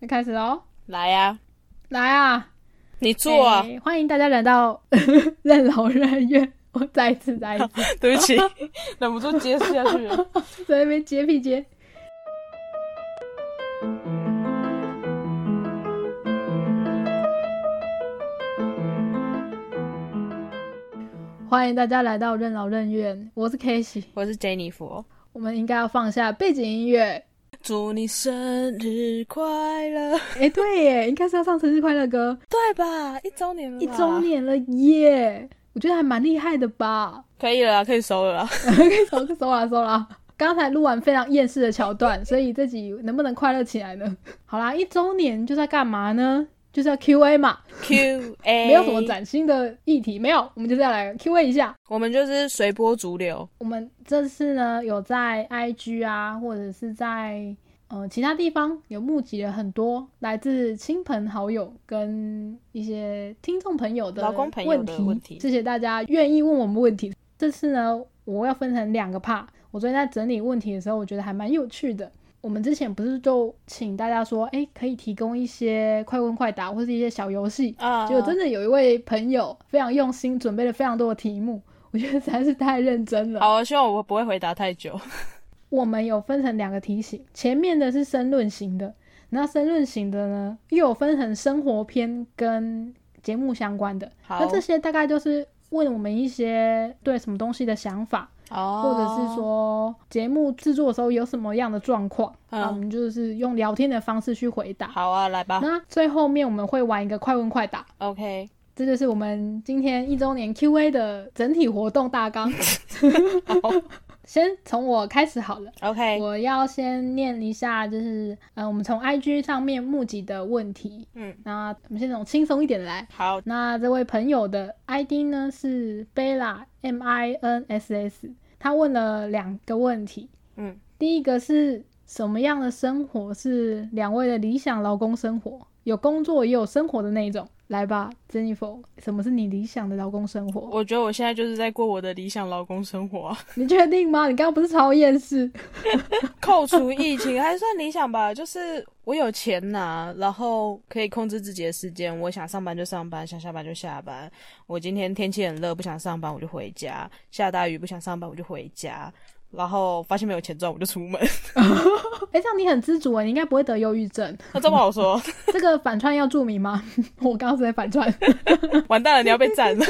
那开始喽，来呀、来啊！你做啊！哎欢迎大家来到 任劳任怨。我再一次，再一次，对不 起，忍不住接下去了。在那边接屁接。欢迎大家来到任劳任怨，我是 k a s e y 我是 Jennifer，我们应该要放下背景音乐。祝你生日快乐，哎，对耶，应该是要唱生日快乐歌，对吧？一周年了，一周，年了耶！我觉得还蛮厉害的吧。可以了啦，可以 收了啦。收收啦收啦！啊刚才录完非常厌世的桥段，所以这集能不能快乐起来呢？ 好啦，一周年就是要干嘛呢？就是要 Q A 嘛， Q A，没有什么，崭新的议题，没有，我们就是要来 Q A 一下。我们就是随波逐流。我们这次呢，有在 IG 啊，或者是在呃其他地方，有募集了很多来自亲朋好友跟一些听众朋友的劳工朋友问的题。问题谢谢大家愿意问我们问题。这次呢，我要分成两个 part。我昨天在整理问题的时候，我觉得还蛮有趣的。我们之前不是就请大家说，哎，可以提供一些快问快答或是一些小游戏，啊结果真的有一位朋友非常用心，准备了非常多的题目，我觉得实在是太认真了。好啊，希望我不会回答太久。我们有分成两个题型，前面的是申论型的，那申论型的呢又有分成生活篇跟节目相关的。好那这些大概就是问我们一些对什么东西的想法，哦或者是，说节目制作的时候有什么样的状况，嗯那我们就是用聊天的方式去回答。好啊，来吧。那最后面我们会玩一个快问快答， OK，这就是我们今天一周年 Q&A 的整体活动大 纲。 先从我开始好了， ，OK，我要先念一下，就是呃，我们从 IG 上面募集的问题。嗯，那我们先从轻松一点的来。好，那这位朋友的 ID 呢是 Bella M I N S S，他问了两个问题。嗯，第一个是什么样的生活是两位的理想劳工生活？有工作也有生活的那一种。来吧，Jennifer，什么是你理想的劳工生活？我觉得我现在就是在过我的理想劳工生活啊、你确定吗？你刚刚不是超厌世？ 扣除疫情还算理想吧， 就是我有钱拿，然后可以控制自己的时间，我想上班就上班，想下班就下班。我今天天气很热，不想上班我就回家；下大雨不想上班我就回家。然后发现没有钱赚，我就出门。 哎、这样你很知足哎，你应该不会得忧郁症。那这么好说， 这个反串要注明吗？ 我刚刚是在反串。完蛋了，你要被占了。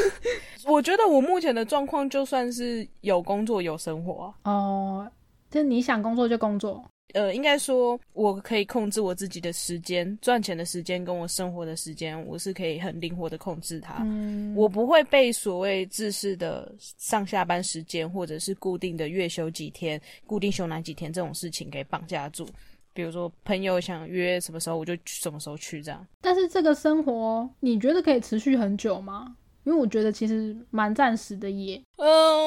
我觉得我目前的状况，就算是有工作有生活啊，哦，就是你想工作就工作。呃，应该说我可以控制我自己的时间、赚钱的时间跟我生活的时间，我是可以很灵活的控制它。嗯，我不会被所谓制式的上下班时间，或者是固定的月休几天、固定休哪几天这种事情给绑架住。比如说朋友想约什么时候，我就去什么时候去这样。但是这个生活你觉得可以持续很久吗？因为我觉得其实蛮暂时的耶。。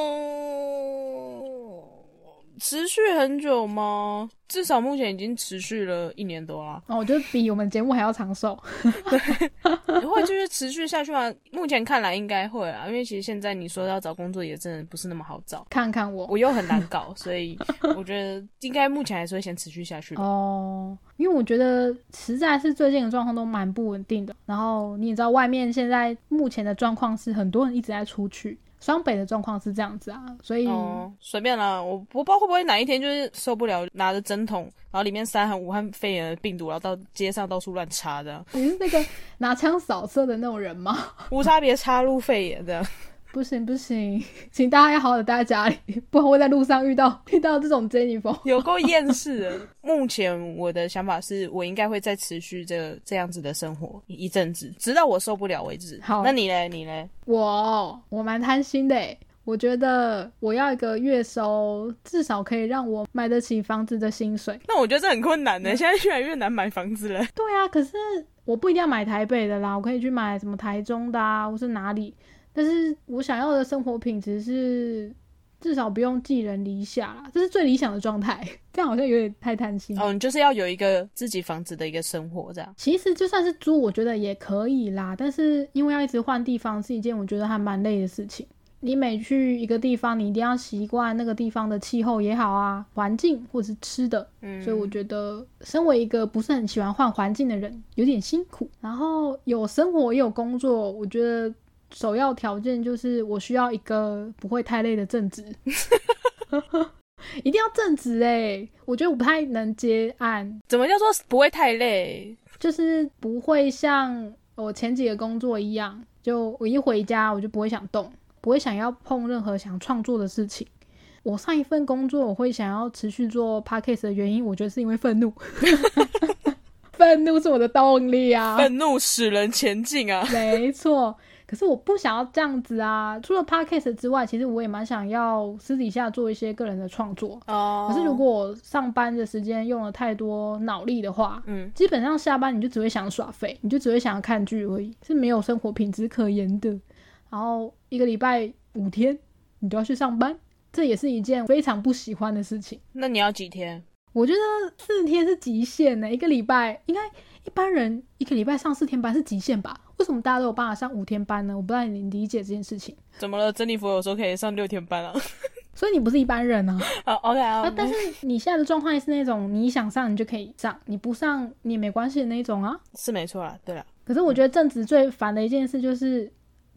嗯，持续很久吗？至少目前已经持续了一年多 啦哦，我觉得比我们节目还要长寿。 会就是持续下去吗？目前看来应该会啊，因为其实现在你说要找工作也真的不是那么好找，看看我我又很难搞，所以我觉得应该目前还是会先持续下去吧。哦，因为我觉得实在是最近的状况都蛮不稳定的。然后你也知道，外面现在目前的状况是很多人一直在出去，双北的状况是这样子啊，所以、哦，随便啦，我不知道会不会哪一天就是受不了，拿着针筒，然后里面塞含武汉肺炎的病毒，然后到街上到处乱插 这样，你是那个拿枪扫射的那种人吗？无差别插入肺炎这样。不行不行，请大家要好好的待在家里，不然会在路上遇到 遇到这种 Jennifer。有够厌世的。目前我的想法是我应该会再持续这个这样子的生活一阵子，直到我受不了为止。好那你嘞？你嘞？我哦我蛮贪心的欸，我觉得我要一个月收至少可以让我买得起房子的薪水。那我觉得这很困难嗯呢，现在越来越难买房子了。对啊，可是我不一定要买台北的啦，我可以去买什么台中的啊，或是哪里。但是我想要的生活品质是至少不用寄人篱下啦，这是最理想的状态。 这样好像有点太贪心了。哦，你就是要有一个自己房子的一个生活这样。其实就算是租，我觉得也可以啦。但是因为要一直换地方，是一件我觉得还蛮累的事情。你每去一个地方，你一定要习惯那个地方的气候也好啊，环境或者是吃的。嗯，所以我觉得，身为一个不是很喜欢换环境的人，有点辛苦。然后有生活也有工作，我觉得首要条件就是我需要一个不会太累的正职， 一定要正职哎、我觉得我不太能接案，怎么叫做不会太累？就是不会像我前几个工作一样，就我一回家我就不会想动，不会想要碰任何想创作的事情。我上一份工作我会想要持续做 podcast 的原因，我觉得是因为愤怒， 愤怒是我的动力啊，愤怒使人前进啊！没错。可是我不想要这样子啊！除了 podcast 之外，其实我也蛮想要私底下做一些个人的创作。哦，可是如果我上班的时间用了太多脑力的话，嗯，基本上下班你就只会想耍废，你就只会想要看剧而已，是没有生活品质可言的。然后一个礼拜五天，你都要去上班，这也是一件非常不喜欢的事情。那你要几天？我觉得四天是极限呢、一个礼拜应该一般人一个礼拜上四天班是极限吧？为什么大家都有办法上五天班呢？我不太理解这件事情。怎么了？珍妮佛有时候可以上六 天班啊。所以你不是一般人啊！啊，OK 啊啊，，但是你现在的状况是那种你想上你就可以上，你不上你也没关系的那种啊。是没错啦，对啦，可是我觉得正职最烦的一件事就是，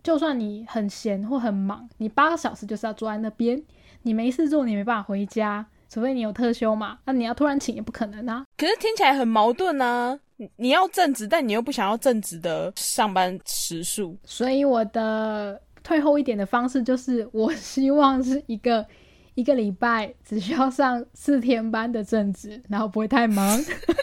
就算你很闲或很忙，你八个小时就是要坐在那边，你没事做，你没办法回家，除非你有特休嘛。那、你要突然请也不可能啊。可是听起来很矛盾啊！你你要正职，但你又不想要正职的上班时数。所以我的退后一点的方式就是，我希望是一个 一个礼拜只需要上四天班的正职，然后不会太忙。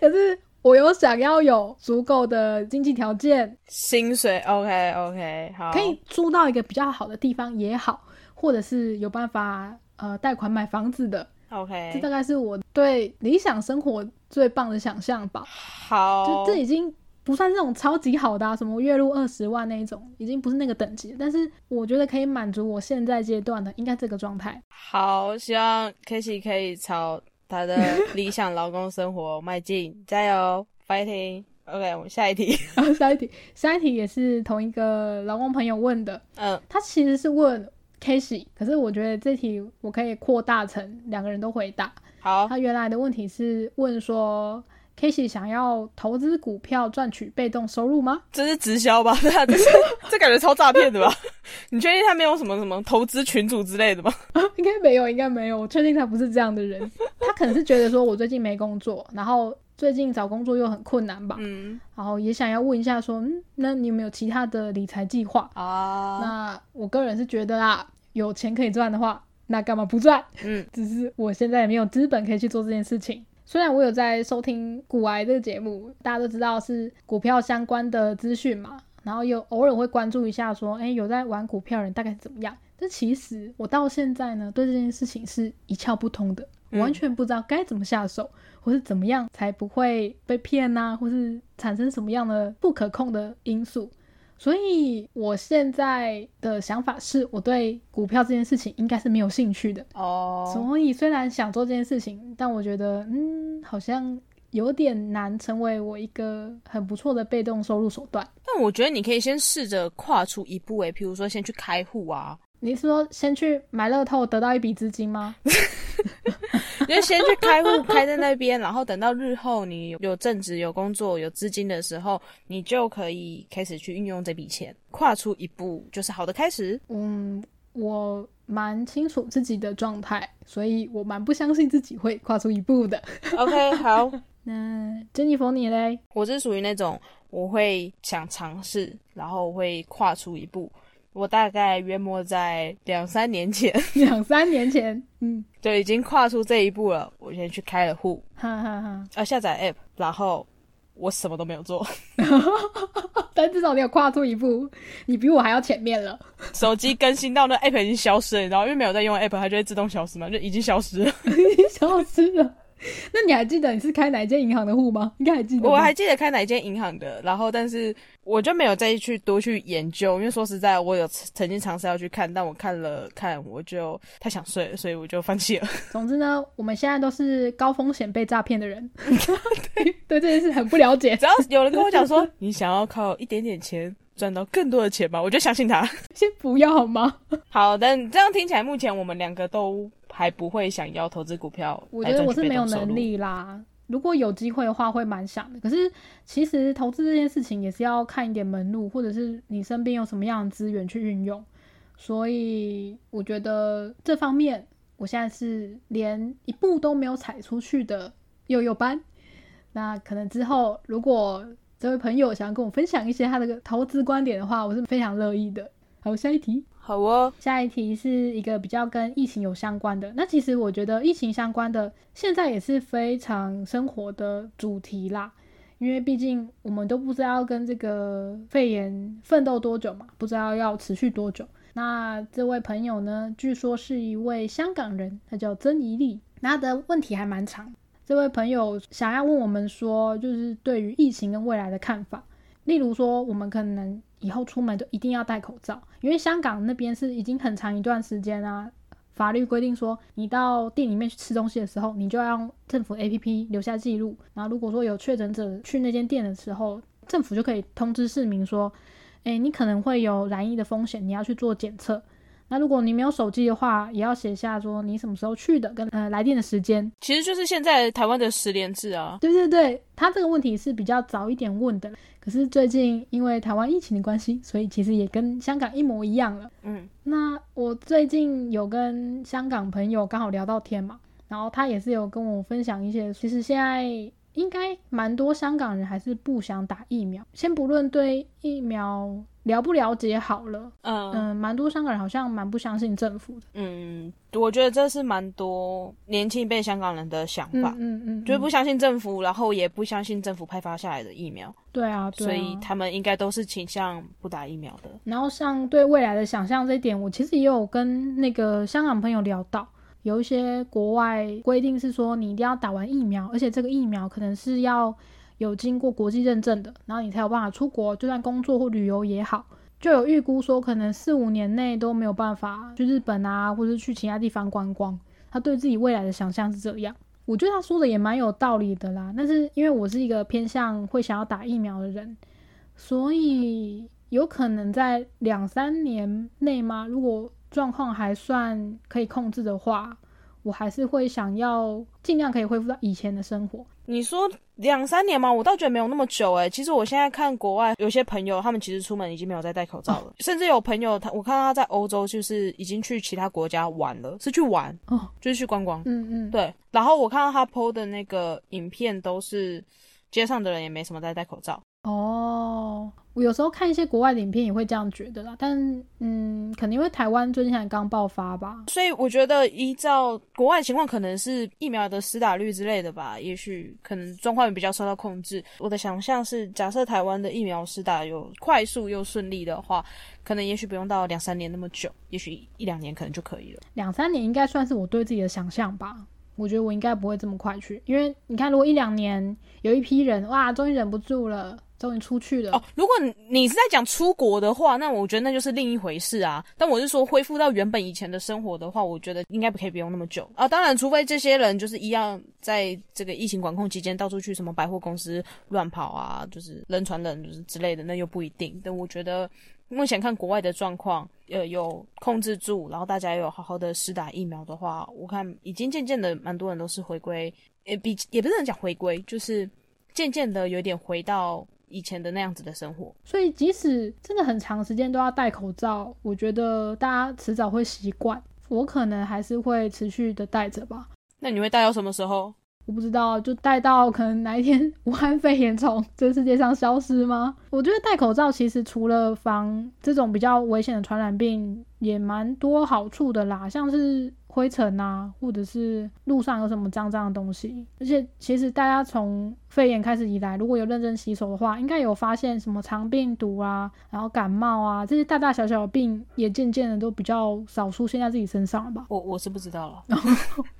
可是我有想要有足够的经济条件，薪水 OK OK 好，可以租到一个比较好的地方也好，或者是有办法呃贷款买房子的，这 OK 大概是我对理想生活最棒的想象吧。好哦就，这已经不算那种超级好的、啊，什么月入二十万那一种，已经不是那个等级。但是我觉得可以满足我现在阶段的，应该这个状态。 好，希望 k i s y 可以朝她的理想劳工生活迈进， 加油，fighting。OK，我们下一题。然后下一题，下一题也是同一个劳工朋友问的，嗯，他其实是问 Casey，可是我觉得这题我可以扩大成两个人都回答。好，他原来的问题是问说，Casey 想要投资股票赚取被动收入吗？ 这是直销吧？ 对啊，这是这感觉超诈骗的吧？ 你确定他没有什么什么投资群组之类的吗？应该没有，应该没有，我确定他不是这样的人。他可能是觉得说我最近没工作，然后最近找工作又很困难吧，嗯然后也想要问一下说，嗯，那你有没有其他的理财计划？啊，那我个人是觉得啊，有钱可以赚的话，那干嘛不赚？嗯， 只是我现在也没有资本可以去做这件事情。虽然我有在收听股癌这个节目，大家都知道是股票相关的资讯嘛，然后有偶尔会关注一下说，哎，有在玩股票的人大概是怎么样。但其实我到现在呢，对这件事情是一窍不通的，我嗯完全不知道该怎么下手，或是怎么样才不会被骗呐、或是产生什么样的不可控的因素。所以我现在的想法是我对股票这件事情应该是没有兴趣的，哦，所以虽然想做这件事情，但我觉得，嗯，好像有点难成为我一个很不错的被动收入手段。但我觉得你可以先试着跨出一步诶，譬如说先去开户啊，你是说先去买乐透得到一笔资金吗？你就先去开户， 开在那边，然后等到日后你有有正职、有工作、有资金的时候，你就可以开始去运用这笔钱，跨出一步就是好的开始。嗯，我蛮清楚自己的状态，所以我蛮不相信自己会跨出一步的。 OK，好，那珍妮佛你嘞？我是属于那种我会想尝试，然后我会跨出一步。我大概约莫在两三年前 两三年前，嗯，就已经跨出这一步了。我先去开了户，哈哈哈。呃，下载 App，然后我什么都没有做， 但至少你有跨出一步，你比我还要前面了。手机更新到那 App 已经消失了，你知道，因为没有在用 App，它就会自动消失嘛，就已经消失了。消失了。那你还记得你是开哪一间银行的户吗？应该还记得吧。我 还记得开哪一间银行的，然后但是我就没有再去多去研究，因为说实在，我有曾经尝试要去看，但我看了看，我就太想睡了，所以我就放弃了。总之呢，我们现在都是高风险被诈骗的人， 对对这件事很不了解。 只要有人跟我讲说你想要靠一点点钱赚到更多的钱吧。我就相信他。先不要好吗？好，但这样听起来，目前我们两个都还不会想要投资股票。我觉得我是没有能。力啦。如果有机会的话，会蛮想的。可是其实投资这件事情也是要看一点门路，或者是你身边有什么样的资源去运用。所以我觉得这方面，我现在是连一步都没有踩出去的幼幼班。那可能之后，如果这位朋友想要跟我分享一些他的投资观点的话，我是非常乐意的。好，下一题。好哦，下一题是一个比较跟疫情有相关的。那其实我觉得疫情相关的现在也是非常生活的主题啦，因为毕竟我们都不知道跟这个肺炎奋斗多久嘛，不知道要持续多久。那这位朋友呢，据说是一位香港人，他叫曾怡丽。那他的问题还蛮长。这位朋友想要问我们说，就是对于疫情跟未来的看法。例如说，我们可能以后出门就一定要戴口罩，因为香港那边是已经很长一段时间啊，法律规定说，你到店里面去吃东西的时候，你就要用政府 APP 留下记录，然后如果说有确诊者去那间店的时候，政府就可以通知市民说，诶，你可能会有染疫的风险，你要去做检测。那如果你没有手机的话，也要写下说你什么时候去的，跟呃来电的时间，其实就是现在台湾的十连制啊。对对对，他这个问题是比较早一点问的，可是最近因为台湾疫情的关系，所以其实也跟香港一模一样了。嗯，那我最近有跟香港朋友刚好聊到天嘛，然后他也是有跟我分享一些，其实现在应该蛮多香港人还是不想打疫苗，先不论对疫苗了不了解好了，嗯嗯，蛮多香港人好像蛮不相信政府的，嗯，我觉得这是蛮多年轻一辈香港人的想嗯法，嗯嗯，就是嗯不相信政府，然后也不相信政府派发下来的疫苗，对啊，对啊所以他们应该都是倾向不打疫苗的。然后像对未来的想象这一点，我其实也有跟那个香港朋友聊到，有一些国外规定是说你一定要打完疫苗，而且这个疫苗可能是要有经过国际认证的，然后你才有办法出国，就算工作或旅游也好。就有预估说，可能四五年内都没有办法去日本啊，或者去其他地方观光。他对自己未来的想象是这样，我觉得他说的也蛮有道理的啦。但是因为我是一个偏向会想要打疫苗的人，所以有可能在两三年内吗？如果状况还算可以控制的话，我还是会想要尽量可以恢复到以前的生活。你说两三年吗？我倒觉得没有那么久哎、其实我现在看国外有些朋友，他们其实出门已经没有再戴口罩了，甚至有朋友他，我看到他在欧洲就是已经去其他国家玩了，是去玩哦，就是去观光。嗯嗯，对，然后我看到他 PO 的那个影片，都是街上的人也没什么在戴口罩。哦，我有时候看一些国外的影片也会这样觉得啦，但嗯，肯定因为台湾最近才刚爆发吧。所以我觉得，依照国外的情况，可能是疫苗的施打率之类的吧，也许可能状况也比较受到控制。我的想象是，假设台湾的疫苗施打有快速又顺利的话，可能也许不用到两三年那么久，也许一两年可能就可以了。两三年应该算是我对自己的想象吧。我觉得我应该不会这么快去，因为你看，如果一两年有一批人哇，终于忍不住了，终于出去了，哦，如果你你是在讲出国的话，那我觉得那就是另一回事啊。但我是说，恢复到原本以前的生活的话，我觉得应该可以不用那么久啊。当然，除非这些人就是一样，在这个疫情管控期间到处去什么百货公司乱跑啊，就是人传人就是之类的，那又不一定。但我觉得目前看国外的状况，呃，有控制住，然后大家有好好的施打疫苗的话，我看已经渐渐的蛮多人都是回归，也比也不是能讲回归，就是渐渐的有点回到。以前的那样子的生活，所以即使真的很长时间都要戴口罩，我觉得大家迟早会习惯。我可能还是会持续的戴着吧，那你会戴到什么时候？我不知道，就戴到可能哪一天 武汉肺炎从这世界上消失吗？我觉得戴口罩其实除了防这种比较危险的传染病，也蛮多好处的啦，像是灰尘啊，或者是路上有什么脏脏的东西。而且其实大家从肺炎开始以来，如果有认真洗手的话，应该有发现什么肠病毒啊，然后感冒啊这些大大小小的病，也渐渐的都比较少出现在自己身上了吧。我我是不知道了，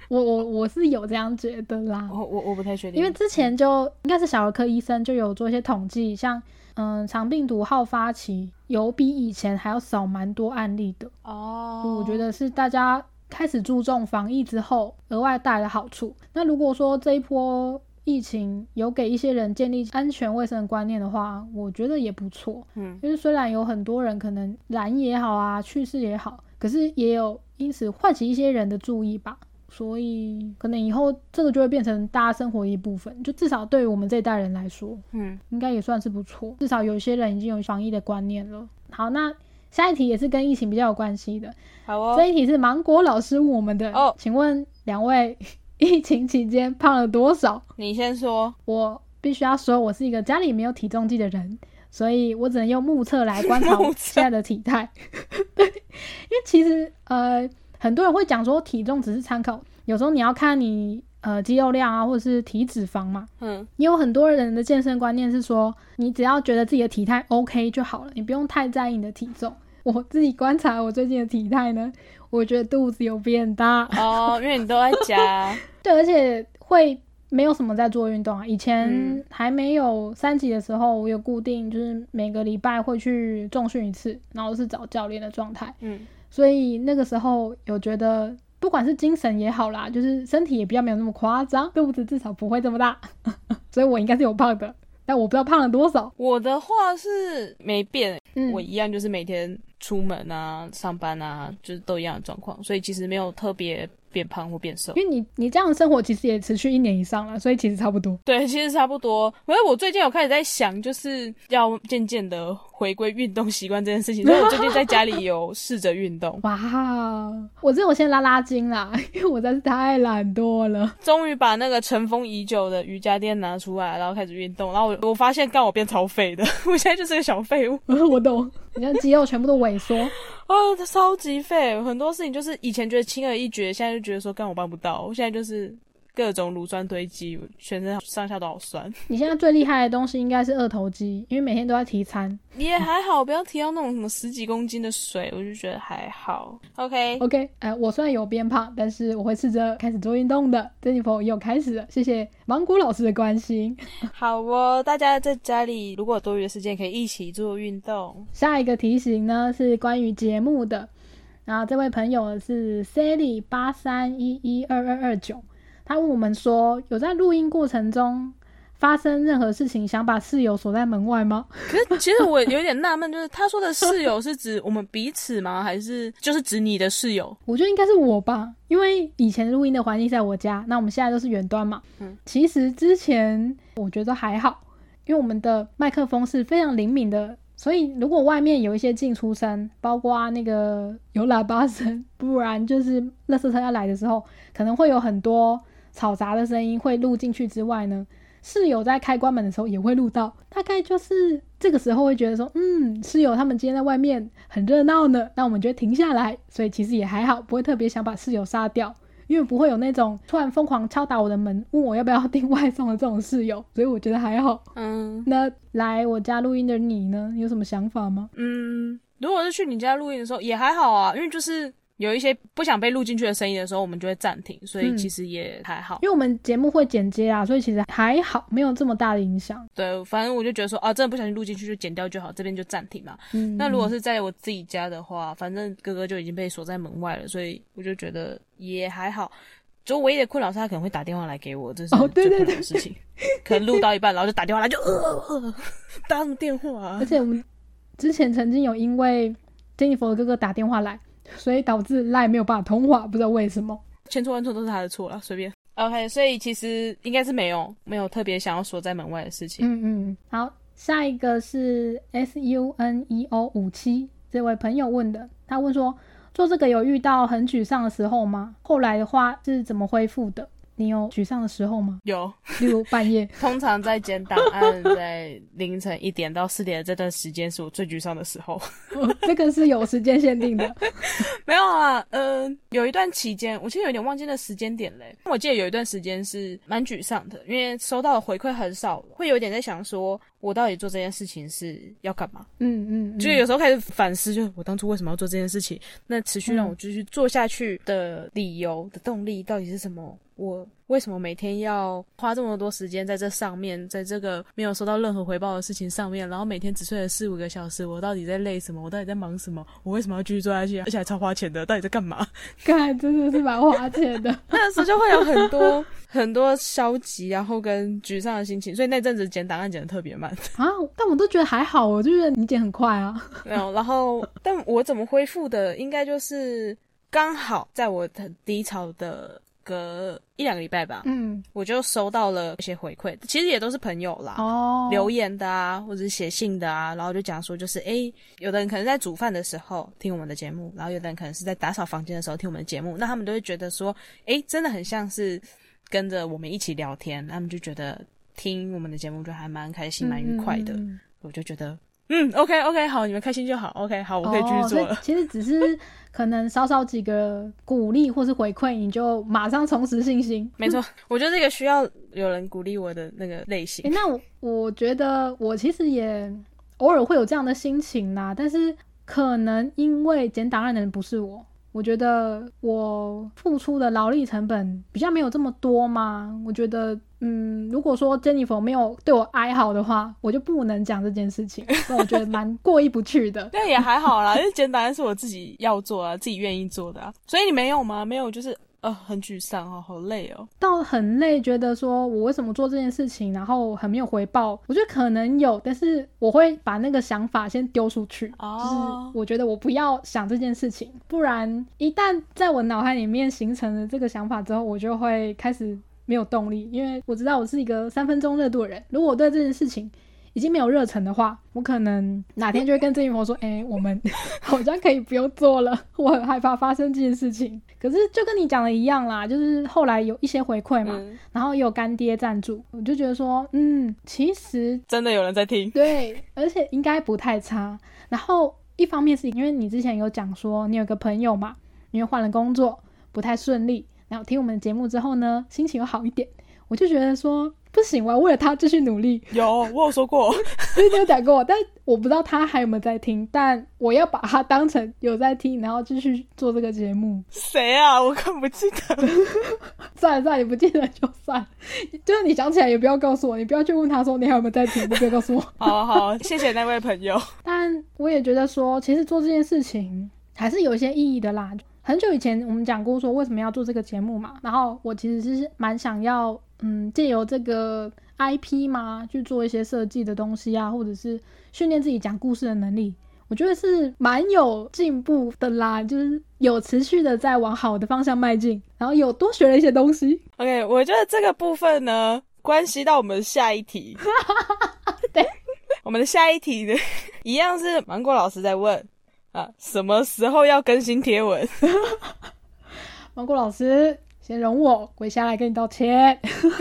我我我是有这样觉得啦。我我我不太确定，因为之前就应该是小儿科医生就有做一些统计，像嗯肠病毒好发期有比以前还要少蛮多案例的，哦所以，我觉得是大家开始注重防疫之后额外带来的好处。那如果说这一波疫情有给一些人建立安全卫生的观念的话，我觉得也不错。嗯，就是虽然有很多人可能染疫也好啊，去世也好，可是也有因此唤起一些人的注意吧。所以可能以后这个就会变成大家生活的一部分，就至少对于我们这一代人来说，嗯，应该也算是不错。至少有些人已经有防疫的观念了。好，那下一题也是跟疫情比较有关系的，好哦。这一题是芒果老师问我们的。哦请问两位 疫情期间胖了多少？你先说，我必须要说，我是一个家里没有体重计的人，所以我只能用目测来观察目我测现在的体态。 对，因为其实呃，很多人会讲说体重只是参考，有时候你要看你呃肌肉量啊，或者是体脂肪嘛。嗯，也有很多人的健身观念是说，你只要觉得自己的体态 OK 就好了，你不用太在意你的体重。我自己观察我最近的体态呢，我觉得肚子有变大， 哦，因为你都在家，对，而且会没有什么在做运动啊。以前嗯还没有三级的时候，我有固定就是每个礼拜会去重训一次，然后是找教练的状态， 嗯所以那个时候有觉得。不管是精神也好啦，就是身体也比较没有那么夸张，肚子至少不会这么大， 所以我应该是有胖的，但我不知道胖了多少。我的话是没变，嗯，我一样就是每天出门啊、上班啊，就是都一样的状况，所以其实没有特别变胖或变瘦。因为你你这样的生活其实也持续一年以上了，所以其实差不多。，对，其实差不多。因为我最近有开始在想，就是要渐渐的回归运动习惯这件事情，所以我最近在家里有试着运动哇，哦我这我先拉拉筋啦，因为我真是太懒惰了。终于把那个尘封已久的瑜伽垫拿出来，然后开始运动。然后我我发现，干我变超废的， 我现在就是个小废物，我懂，你看肌肉全部都萎缩。哦，超级废。很多事情就是以前觉得轻而易举，现在就觉得说干我办不到。我现在就是各种乳酸堆积，我全身上下都好酸。 你现在最厉害的东西应该是二头肌，因为每天都在提餐。也还好，不要提到那种什么十几公斤的水，我就觉得还好。OK， OK，呃，我虽然有变胖，但是我会试着开始做运动的。Jennifer 也有开始了，谢谢芒果老师的关心。好哦，大家在家里如果有多余的时间，可以一起做运动。下一个题型呢是关于节目的，然后这位朋友是 Sally 八三一一二二二九，他问我们说，有在录音过程中发生任何事情，想把室友锁在门外吗？ 可是其实我有点纳闷，就是他说的室友是指我们彼此吗？还是就是指你的室友？我觉得应该是我吧，因为以前录音的环境在我家，那我们现在都是远端嘛。嗯，其实之前我觉得还好，因为我们的麦克风是非常灵敏的，所以如果外面有一些进出声，包括那个有喇叭声，不然就是垃圾车要来的时候，可能会有很多嘈杂的声音会录进去之外呢。室友在开关门的时候也会录到，大概就是这个时候会觉得说，嗯，室友他们今天在外面很热闹呢，那我们就会停下来，所以其实也还好，不会特别想把室友杀掉，因为不会有那种突然疯狂敲打我的门，问我要不要订外送的这种室友， 所以我觉得还好。嗯那来我家录音的你呢，有什么想法吗？嗯，如果是去你家录音的时候也还好啊，因为就是有一些不想被录进去的声音的时候，我们就会暂停，所以嗯其实也还好。因为我们节目会剪接啊，所以其实还好，没有这么大的影响。对，反正我就觉得说啊，真的不小心录进去就剪掉就好，这边就暂停嘛。嗯，那如果是在我自己家的话，反正哥哥就已经被锁在门外了，所以我就觉得也还好。就唯一的困扰是他可能会打电话来给我，这是哦对最对困扰的事情。可能录到一半，然后就打电话来，就呃呃当电话啊而。且我们之前曾经有因为 Jennifer 的哥哥打电话来，所以导致赖没有办法通话，不知道为什么。千错万错都是他的错了，随便。OK，所以其实应该是没有没有特别想要锁在门外的事情。嗯嗯，好，下一个是 S U N E O 五七这位朋友问的，他问说做这个有遇到很沮丧的时候吗？后来的话是怎么恢复的？你有沮丧的时候吗？有，例如半夜 通常在剪档案，在凌晨一点到四点的这段时间是我最沮丧的时候。哦这个是有时间限定的。 没有啊，嗯、有一段期间，我其实有点忘记那时间点嘞。我记得有一段时间是蛮沮丧的，因为收到的回馈很少，会有点在想说，我到底做这件事情是要干嘛？嗯嗯，嗯就是有时候开始反思，就是我当初为什么要嗯做这件事情？那持续让我继续做下去的理由的动力到底是什么？我为什么每天要花这么多时间在这上面，在这个没有收到任何回报的事情上面，然后每天只睡了四五个小时，我到底在累什么？我到底在忙什么？我为什么要继续做下去啊？而且还超花钱的，到底在干嘛？干真的是蛮花钱的。 那时候就会有很 多很多消极，然后跟沮丧的心情，所以那阵子剪档案剪的特别慢。啊，但我都觉得还好，我就觉得你剪很快啊。 没有，然后但我怎么恢复的，应该就是刚好在我很低潮的隔一两个礼拜吧，嗯，我就收到了一些回馈，其实也都是朋友啦。哦，留言的啊，或者是写信的啊，然后就讲说，就是诶，有的人可能在煮饭的时候听我们的节目，然后有的人可能是在打扫房间的时候听我们的节目，那他们都会觉得说，诶，真的很像是跟着我们一起聊天，他们就觉得听我们的节目就还蛮开心、蛮愉快的。嗯嗯嗯我就觉得，嗯，OK OK，好，你们开心就好，OK，好，我可以继续做哦所以了。 其实只是可能少少几个鼓励或是回馈，你就马上重拾信心。没错，我就是一个需要有人鼓励我的那个类型诶，。那我我觉得我其实也偶尔会有这样的心情啦，但是可能因为剪档案的人不是我，我觉得我付出的劳力成本比较没有这么多嘛。我觉得，嗯，如果说 Jennifer 没有对我哀嚎的话，我就不能讲这件事情，那我觉得蛮过意不去的。 但也还好啦，因为简单是我自己要做啊，自己愿意做的啊。所以你没有吗？没有，就是呃，很沮丧哦，好累哦。到很累，觉得说我为什么做这件事情，然后很没有回报。我觉得可能有，但是我会把那个想法先丢出去就哦是我觉得我不要想这件事情，不然一旦在我脑海里面形成了这个想法之后，我就会开始没有动力，因为我知道我是一个三分钟热度的人。如果我对这件事情已经没有热忱的话，我可能哪天就会跟郑云鹏说：“哎、我们 好像可以不用做了，我很害怕发生这件事情。”可是就跟你讲的一样啦，就是后来有一些回馈嘛，嗯，然后也有干爹赞助，我就觉得说，嗯，其实真的有人在听。对，而且应该不太差。然后一方面是因为你之前有讲说你有个朋友嘛，因为换了工作不太顺利，然后听我们的节目之后呢，心情又好一点，我就觉得说不行，我要为了他继续努力。有，我有说过， 所以你有讲过，但我不知道他还有没有在听，但我要把他当成有在听，然后继续做这个节目。谁啊？我更不记得了。算了算了，你不记得就算，就是你想起来也不要告诉我，你不要去问他说你还有没有在听，你不要告诉我。 好好，谢谢那位朋友。但我也觉得说，其实做这件事情还是有一些意义的啦。很久以前我们讲过说为什么要做这个节目嘛，然后我其实是蛮想要，嗯，借由这个 IP 嘛去做一些设计的东西啊，或者是训练自己讲故事的能力。我觉得是蛮有进步的啦，就是有持续的在往好的方向迈进，然后有多学了一些东西。 OK，我觉得这个部分呢，关系到我们下一题。 对，我们的下一题呢， 一样是芒果老师在问啊，什么时候要更新贴文？芒果老师，先容我跪下来跟你道歉。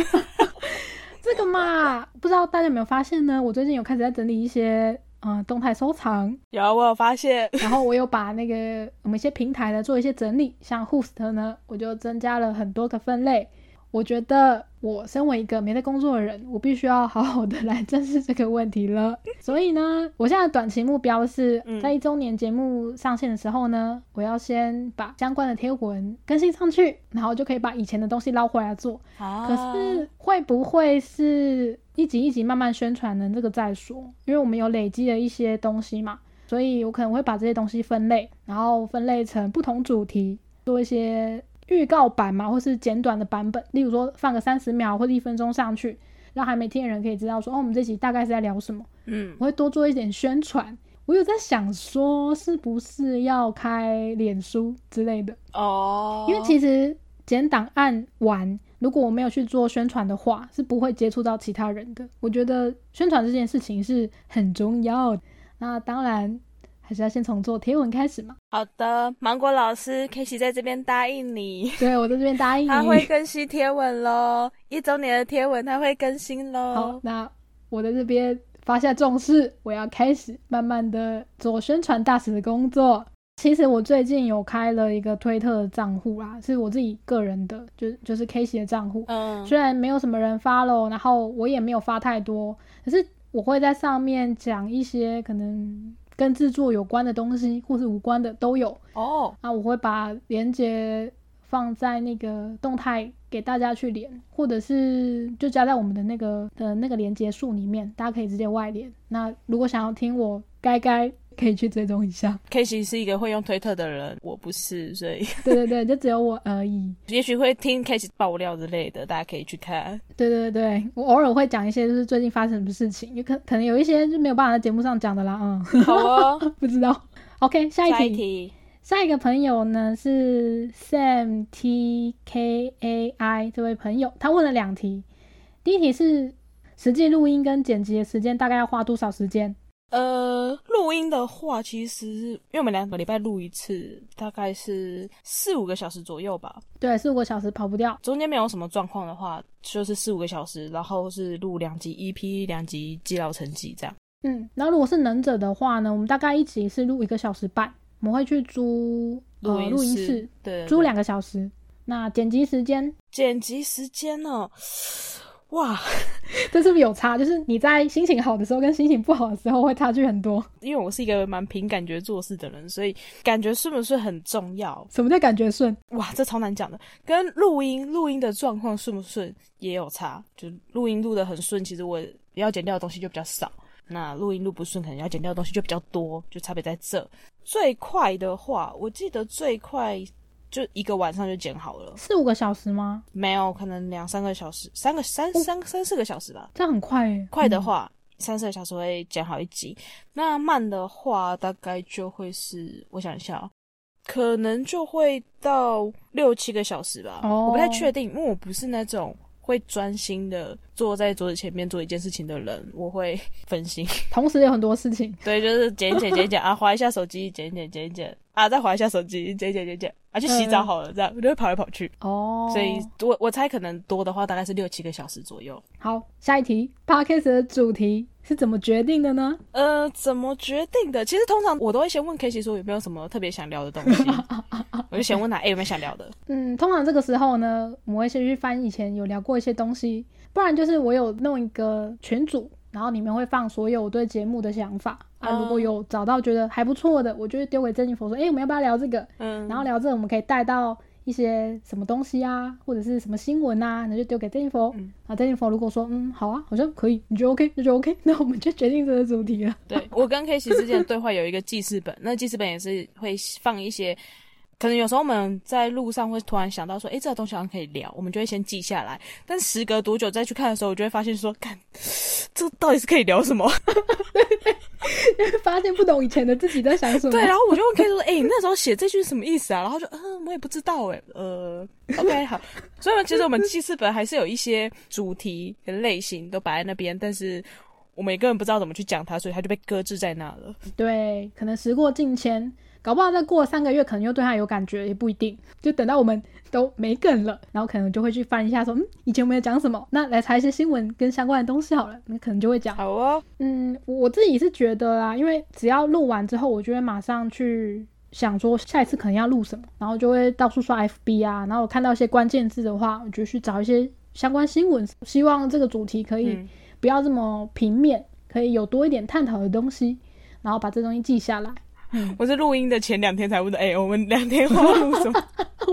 这个嘛，不知道大家有没有发现呢？我最近有开始在整理一些嗯动态收藏，有啊，我有发现。然后我有把那个我们一些平台的做一些整理，像 Host 呢，我就增加了很多个分类。我觉得我身为一个没在工作的人，我必须要好好的 来正视这个问题了。所以呢，我现在的短期目标是嗯在一周年节目上线的时候呢，我要先把相关的贴文更新上去，然后就可以把以前的东西捞回来做。啊哦可是会不会是一集一集慢慢宣传呢？这个再说，因为我们有累积了一些东西嘛，所以我可能会把这些东西分类，然后分类成不同主题，做一些预告版嘛，或是简短的版本，例如说放个三十秒或者一分钟上去，让还没听的人可以知道说，哦，我们这集大概是在聊什么。嗯，我会多做一点宣传。我有在想说，是不是要开脸书之类的？哦，因为其实剪档案完，如果我没有去做宣传的话，是不会接触到其他人的。我觉得宣传这件事情是很重要的。那当然还是要先从做贴文开始嘛。好的，芒果老师 k i 在这边答应 你，对我在这边答应他会你。更新贴文喽，一周年的贴文他会更新好喽，。那我在这边发下重誓，我要开始慢慢的做宣传大使的工作。其实我最近有开了一个推特的账户啦，是我自己个人的，就就是 K 系的账户。嗯，虽然没有什么人 follow，然后我也没有发太多，可是我会在上面讲一些可能跟制作有关的东西，或是无关的都有。啊哦，那我会把链接放在那个动态给大家去连，或者是就加在我们的那个的那个连接数里面，大家可以直接外连。那如果想要听我该该，可以去追踪一下。 K 其是一个会用推特的人，我不是，所以 对对对，就只有我而已。也许会听 K 奇爆料之类的，大家可以去看。对对对，我偶尔会讲一些就是最近发生什么事情，有可可能有一些就没有办法在节目上讲的啦，嗯， 好哦，不知道。OK，下一下题，一题，下一个朋友呢是 Sam T K A I 这位朋友，他问了两题，第一题是实际录音跟剪辑的时间大概要花多少时间？呃，录音的话，其实因为我们两个礼拜录一次，大概是四五个小时左右吧。对，四五个小时跑不掉。中间没有什么状况的话，就是四五个小时，然后是录两集 EP，两集记录成绩这样。嗯，然后如果是能者的话呢，我们大概一集是录一个小时半，我们会去租录呃音录音室室对，对租对两个小时。那剪辑时间剪辑时间呢？哇，这是不是有差？就是你在心情好的时候跟心情不好的时候会差距很多。因为我是一个蛮凭感觉做事的人，所以感觉顺不顺很重要。什么叫感觉顺？哇，这超难讲的，跟录音录音的状况顺不顺也有差。就录音录的很顺，其实我要剪掉的东西就比较少；那录音录不顺，可能要剪掉的东西就比较多，就差别在这。最快的话，我记得最快就一个晚上就剪好了，四五个小时吗？没有可能两三个小时，三个三三三四个小时吧。这样很快耶。快的嗯话，三四个小时会剪好一集；那慢的话，大概就会是，我想一下、哦，可能就会到六七个小时吧。哦我不太确定，因为我不是那种会专心的坐在桌子前面做一件事情的人，我会分心。 嗯同时有很多事情。对，就是剪一剪，剪 一剪啊，划一下手机，剪一剪，剪一剪啊，再划一下手机，剪一剪，剪一剪啊，去洗澡好了，这样我就会跑来跑去。嗯哦所以我我猜可能多的话，大概是六七个小时左右。好，下一题，podcast 的主题是怎么决定的呢？呃，怎么决定的？其实通常我都会先问 K 奇说有没有什么特别想聊的东西，我就先问他，哎、有没有想聊的？嗯，通常这个时候呢，我们会先去翻以前有聊过一些东西，不然就是我有弄一个群组，然后里面会放所有我对节目的想法啊。嗯如果有找到觉得还不错的，我就会丢给郑一佛说，哎、我们要不要聊这个？嗯，然后聊这个我们可以带到一些什么东西啊，或者是什么新闻啊，那就丢给郑一佛。嗯啊，郑一佛如果说嗯好啊，好像可以，你觉得 OK，那就 OK，那我 们就决定这个主题了。 对我跟 K 奇之间的对话有一个记事本，那记事本也是会放一些，可能有时候我们在路上会突然想到说，哎、这个东西好像可以聊，我们就会先记下来。但时隔多久再去看的时候，我就会发现说，看这到底是可以聊什么？发现不懂以前的自己在想什么。 对，然后我就问 K 说：“哎、你那时候写这句是什么意思啊？”然后就嗯，我也不知道哎、呃，OK 好。所以我们其实我们记事本还是有一些主题跟类型都摆在那边，但是我们也根本不知道怎么去讲它，所以它就被搁置在那了。对，可能时过境迁，搞不好再过三个月，可能又对他有感觉，也不一定。就等到我们都没梗了，然后可能就会去翻一下说，嗯，以前我们有讲什么？那来查一些新闻跟相关的东西好了。那可能就会讲，好哦，嗯，我我自己是觉得啦，因为只要录完之后，我就会马上去。想说下一次可能要录什么，然后就会到处刷 FB 啊，然后我看到一些关键字的话，我就去找一些相关新闻，希望这个主题可以嗯，不要这么平面，可以有多一点探讨的东西，然后把这东西记下来。嗯 我是录音的前两天才问的，哎、我们两天后要录什么？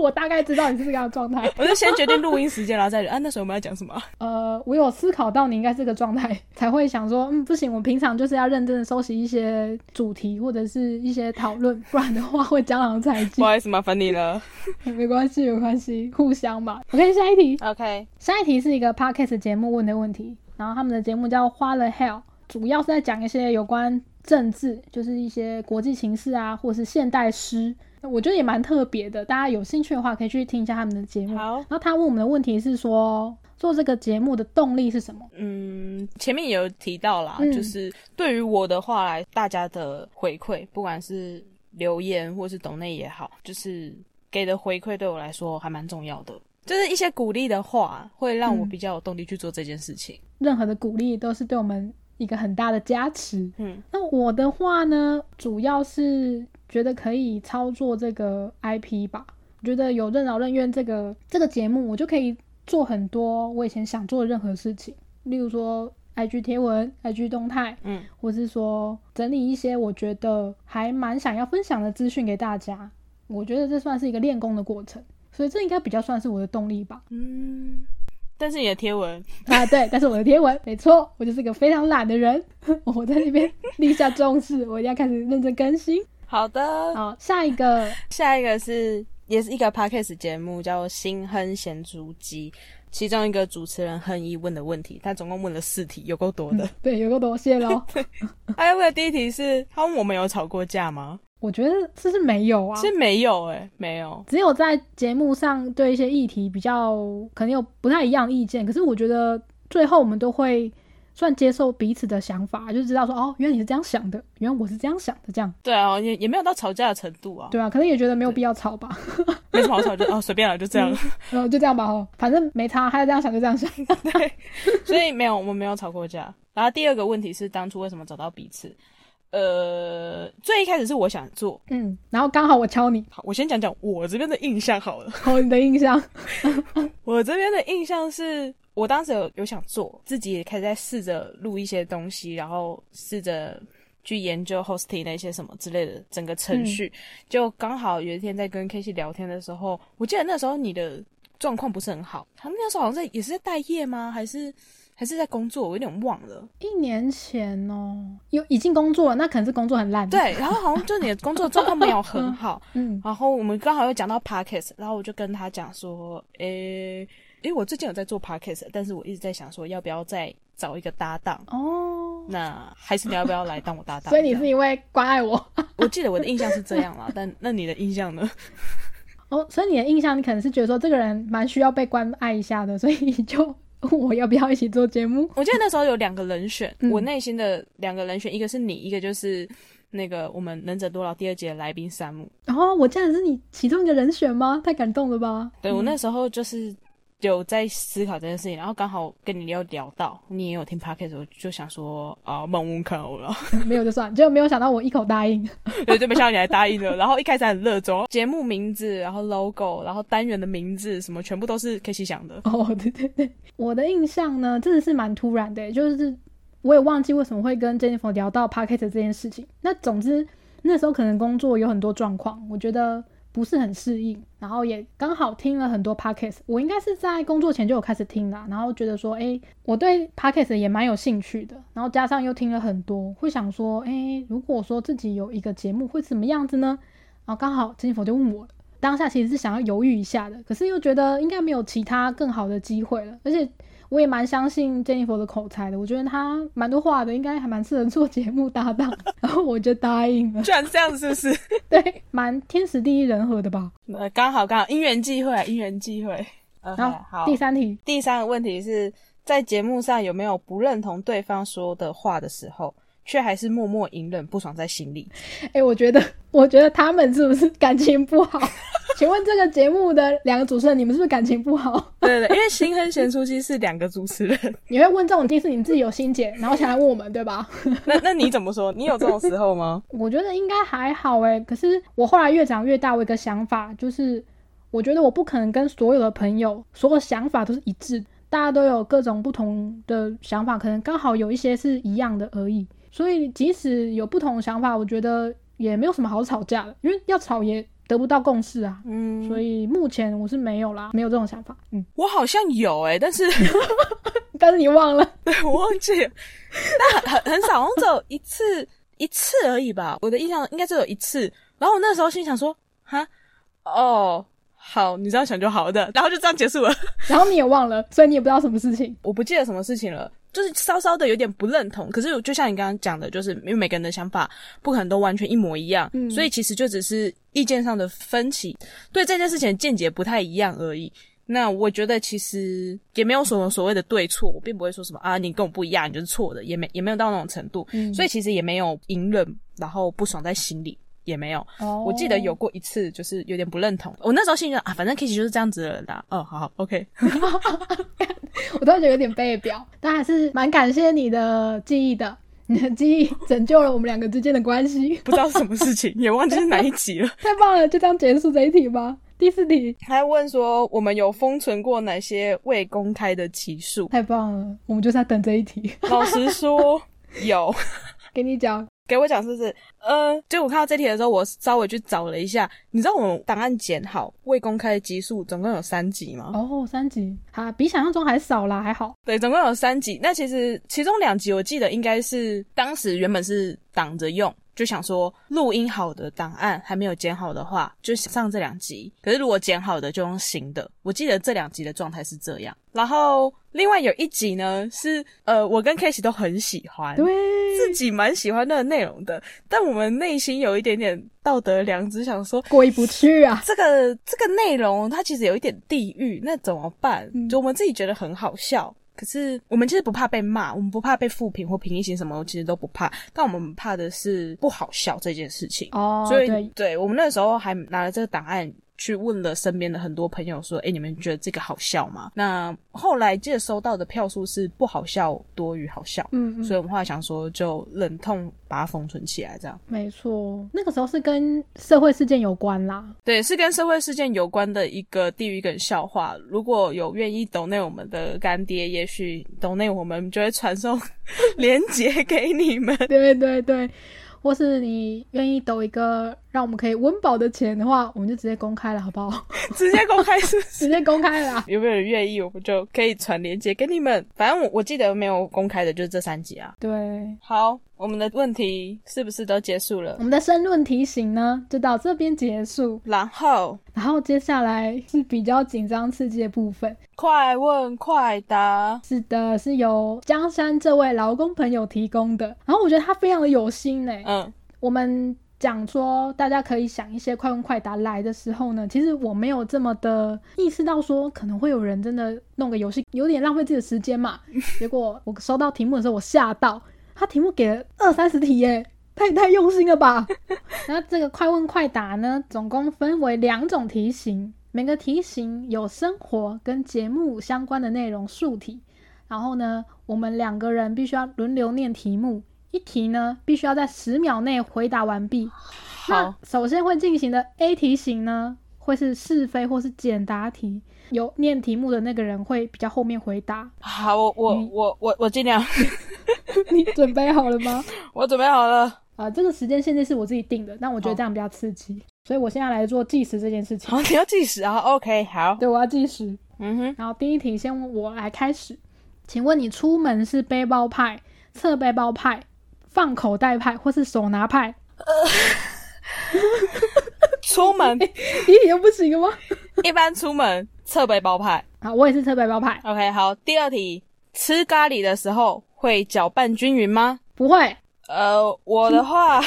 我大概知道你是这个样的状态。我就先决定录音时间，然后再啊，那时候我们要讲什么啊？呃，我有思考到你应该是这个状态， 才会想说，嗯，不行，我平常就是要认真的收集一些主题或者是一些讨论，不然的话会江郎才尽不。好意思，麻烦你了。 没关系，没关系，互相嘛。OK，下一题， OK，下一题是一个 podcast 节目问的问题，然后他们的节目叫《花了 Hell》，主要是在讲一些有关政治，就是一些国际情势啊，或者是现代诗。我觉得也蛮特别的，大家有兴趣的话可以去听一下他们的节目。好，然后他问我们的问题是说，做这个节目的动力是什么？嗯，前面有提到啦，嗯就是对于我的话来，大家的回馈，不管是留言或是抖内也好，就是给的回馈对我来说还蛮重要的。就是一些鼓励的话，会让我嗯比较有动力去做这件事情。任何的鼓励都是对我们一个很大的加持。嗯，那我的话呢，主要是觉得可以操作这个 IP 吧。我觉得有任劳任怨这个这个节目，我就可以做很多我以前想做的任何事情，例如说 IG 贴文、IG 动态，嗯，或是说整理一些我觉得还蛮想要分享的资讯给大家。我觉得这算是一个练功的过程。所以这应该比较算是我的动力吧。嗯，但是你的贴文， 啊，对，但是我的贴文，没错，我就是个非常懒的人， 我在那边立下重视，我一定要开始认真更新。好的，好，下一个下一个是也是一个 podcast 节目，叫《新亨咸猪鸡》，其中一个主持人亨一问的问题，他总共问了四题，有够多的。对，有个多谢咯。哎，问的第一题是，他问我们有吵过架吗？我觉得这是没有啊，是没有、哎，没有。只有在节目上对一些议题比较可能有不太一样的意见，可是我觉得最后我们都会算接受彼此的想法，就知道说哦，原来你是这样想的，原来我是这样想的，这样对啊，也也没有到吵架的程度啊，对啊，可能也觉得没有必要吵吧，没什么好吵，就哦随便了，就这样。然后就这样吧 哦，反正没差，他要这样想就这样想。 所以没有，我们没有吵过架。然后第二个问题是，当初为什么找到彼此？呃，最一开始是我想做，嗯，然后刚好我敲你，好，我先讲讲我这边的印象好了。哦，你的印象，我这边的印象是我当时有有想做，自己也开始在试着录一些东西，然后试着去研究 hosting 的一些什么之类的整个程序。就刚好有一天在跟 K C 聊天的时候，我记得那时候你的状况不是很好，他们那时候好像在也是在待业吗？还是还是在工作？我有点忘了。一年前哦，有已经工作了，那可能是工作很烂。，对，然后好像就你的工作状况没有很好，嗯，然后我们刚好又讲到 podcast，然后我就跟他讲说，诶、诶，我最近有在做 podcast，但是我一直在想说要不要再找一个搭档，哦，那还是你要不要来当我搭档？所以你这是样，因为关爱我，我记得我的印象是这样啦，但那你的印象呢？ 哦，所以你的印象，你可能是觉得说这个人蛮需要被关爱一下的，所 以你就问我要不要一起做节目。我记得那时候有两个人选，嗯我内心的两个人选，一个是你，一个就是那个我们能者多劳第二节的来宾山姆。然后哦我竟然是你其中一个人选吗？太感动了吧！ 对我那时候就是有在思考这件事情，然后刚好跟你又聊到，你也有听 podcast，我就想说啊，问问看好了，没有就算，结果没有想到我一口答应。 对，就没想到你还答应了。然后一开始还很热衷，节目名字，然后 logo，然后单元的名字什么，全部都是 K C 想的。哦，对对对，我的印象呢，真的是蛮突然的，就是我也忘记为什么会跟 Jennifer 聊到 p o c a s t 这件事情。那总之那时候可能工作有很多状况，我觉得不是很适应，然后也刚好听了很多 p o c a s t 我应该是在工作前就有开始听啦，然后觉得说，诶，我对 p o c a s t 也蛮有兴趣的，然后加上又听了很多，会想说，诶，如果说自己有一个节目会怎么样子呢？然后刚好 Jennifer 就问我了。当下其实是想要犹豫一下的，可是又觉得应该没有其他更好的机会了，而且我也蛮相信 Jennifer 的口才的，我觉得她蛮多话的，应该还蛮适合做节目啊搭 档，然后我就答应了， 居然这样子，是不是？ 对，蛮天时地利人和的吧。呃，刚好刚好，因缘际会，因缘际会。OK，然后好第三题， 第三个问题是在节目上有没有不认同对方说的话的时候，却还是默默隐忍，不爽在心里？哎、我觉得，我觉得他们是不是感情不好？ 请问这个节目的两个主持人，你们是不是感情不好？ 对对对，因为心很贤出机是两个主持 人，你会问这种，一定是你自己有心结，然后想来问我们，对吧？那那你怎么说？你有这种时候吗？我觉得应该还好诶，可是我后来越长越大，我有一个想法就是，我觉得我不可能跟所有的朋友所有想法都是一致，大家都有各种不同的想法，可能刚好有一些是一样的而已。所以即使有不同的想法，我觉得也没有什么好吵架的，因为要吵也得不到共识啊。嗯，所以目前我是没有啦，没有这种想法。嗯，我好像有哎、但是但是你忘了， 对 我忘记了，但很很很少，好像只有一次一次而已吧。我的印象应该只有一次。然后我那时候心想说，哈，哦，好，你这样想就好的，然后就这样结束了。然后你也忘了，所以你也不知道什么事情。我不记得什么事情了，就是稍稍的有点不认同。可是就像你刚刚讲的，就是因为每个人的想法不可能都完全一模一样，嗯所以其实就只是意见上的分歧，对这件事情的见解不太一样而已。那我觉得其实也没有什么所谓的对错，我并不会说什么啊，你跟我不一样，你就是错的，也没也没有到那种程度，嗯所以其实也没有隐忍，然后不爽在心里也没有。哦我记得有过一次，就是有点不认同，我那时候心里就啊，反正 Kitty 就是这样子的人啦、哦，好好，OK，我突然觉得有点被表，但还是蛮感谢你的记忆的，你的记忆拯救了我们两个之间的关系，不知道是什么事情， 也忘记是哪一集 了。太棒了！就这样结束这一题吧。第四题，？还问说我们有封存过哪些未公开的集数太棒了，我们就是在等这一题。老实说，有。 给你讲，给我讲是不是？呃，就我看到这题的时候，我稍微去找了一下，你知道我们档案剪好未公开的集数总共有三集吗？哦，三集，哈，比想象中还少啦，还好。对，总共有三集。那其实其中两集我记得应该是当时原本是挡着用，就想说录音好的档案还没有剪好的话，就上这两集。可是如果剪好的就用新的。我记得这两集的状态是这样。然后另外有一集呢是呃，我跟 k a s e y 都很喜欢，对，自己蛮喜欢那个内容的，但我们内心有一点点道德良知，想说过意不去啊。这个这个内容它其实有一点地狱，那怎么办嗯？就我们自己觉得很好笑，可是我们其实不怕被骂，我们不怕被负评或评议型什么，其实都不怕，但我们怕的是不好笑这件事情。哦，所以，对，我们那时候还拿了这个档案。去问了身边的很多朋友，说：“哎、你们觉得这个好笑吗？”那后来记得收到的票数是不好笑多于好笑，嗯嗯，所以我们后来想说，就忍痛把它封存起来，这样。没错，那个时候是跟社会事件有关啦。对，是跟社会事件有关的一个地狱梗笑话。如果有愿意抖内我们的干爹，也许抖内我们就会传送 链接给你们。对对对，或是你愿意抖一个让我们可以温饱的钱的话，我们就直接公开了，好不好？ 直接公开是不 是？直接公开了啦。有没有人愿意，我们就可以传链接给你们。反正我我记得没有公开的就是这三集啊。对，好，我们的问题是不是都结束了我？们的申论题型呢，就到这边结束。然后然后接下来是比较紧张刺激的部分。快问快答，是的，是由江山这位劳工朋友提供的。然后我觉得他非常的有心呢、欸嗯，我们讲说大家可以想一些快问快答来的时候呢，其实我没有这么的意识到说可能会有人真的弄个游戏，有点浪费自己的时间嘛。结果我收到题目的时候，我吓到，他题目给了二三十题耶。太太用心了吧！然后这个快问快答呢，总共分为两种题型，每个题型有生活跟节目相关的内容数题。然后呢，我们两个人必须要轮流念题目，一题呢必须要在十秒内回答完毕。好，，首先会进行的 A 题型呢，会是是非或是简答题，有念题目的那个人会比较后面回答。好，我我嗯我我我尽量， 你准备好了吗？我准备好了。 啊、这个时间限制是我自己定的，但我觉得好这样比较刺激，所以我现在来做计时这件事情。好，你要计时啊？OK，好。对，我要计时。嗯哼，然后第一题先我来开始，请问你出门是背包派、侧背包派、放口袋派或是手拿派？ 出门第一题就不行了吗？一般出门侧背包派。好，啊我也是侧背包派， OK，好。第二题，吃咖喱的时候会搅拌均匀吗？不会，呃，我的 话，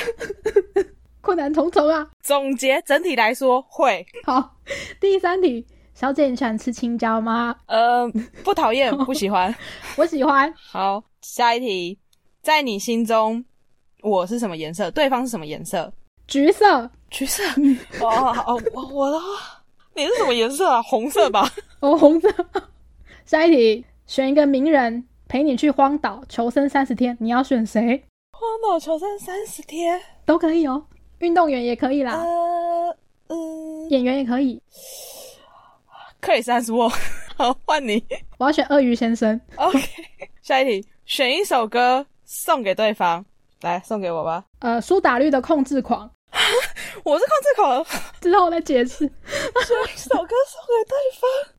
困难重重啊。 总结整体来说会，好，第三题，小姐你喜欢吃青椒吗？呃，不讨厌，不喜 欢。我喜欢，好，下一题，在你心中我是什么颜色？对方是什么颜色？橘色。橘 色。哦哦哦，我我的话，你是什么颜色啊？红色吧。哦，红色。 下一题，选一个名人陪你去荒岛求生三十天，你要选谁？荒岛求生三十天。都可以哦，运动员也可以啦，呃，嗯，演员也可以。克里斯汉斯沃， 好，换你。我要选鳄鱼先生。 OK，下一题，选一首歌送给对方，来送给我吧。呃，苏打绿的控制狂，我是控制狂，之后再解释。选一首歌送给对方。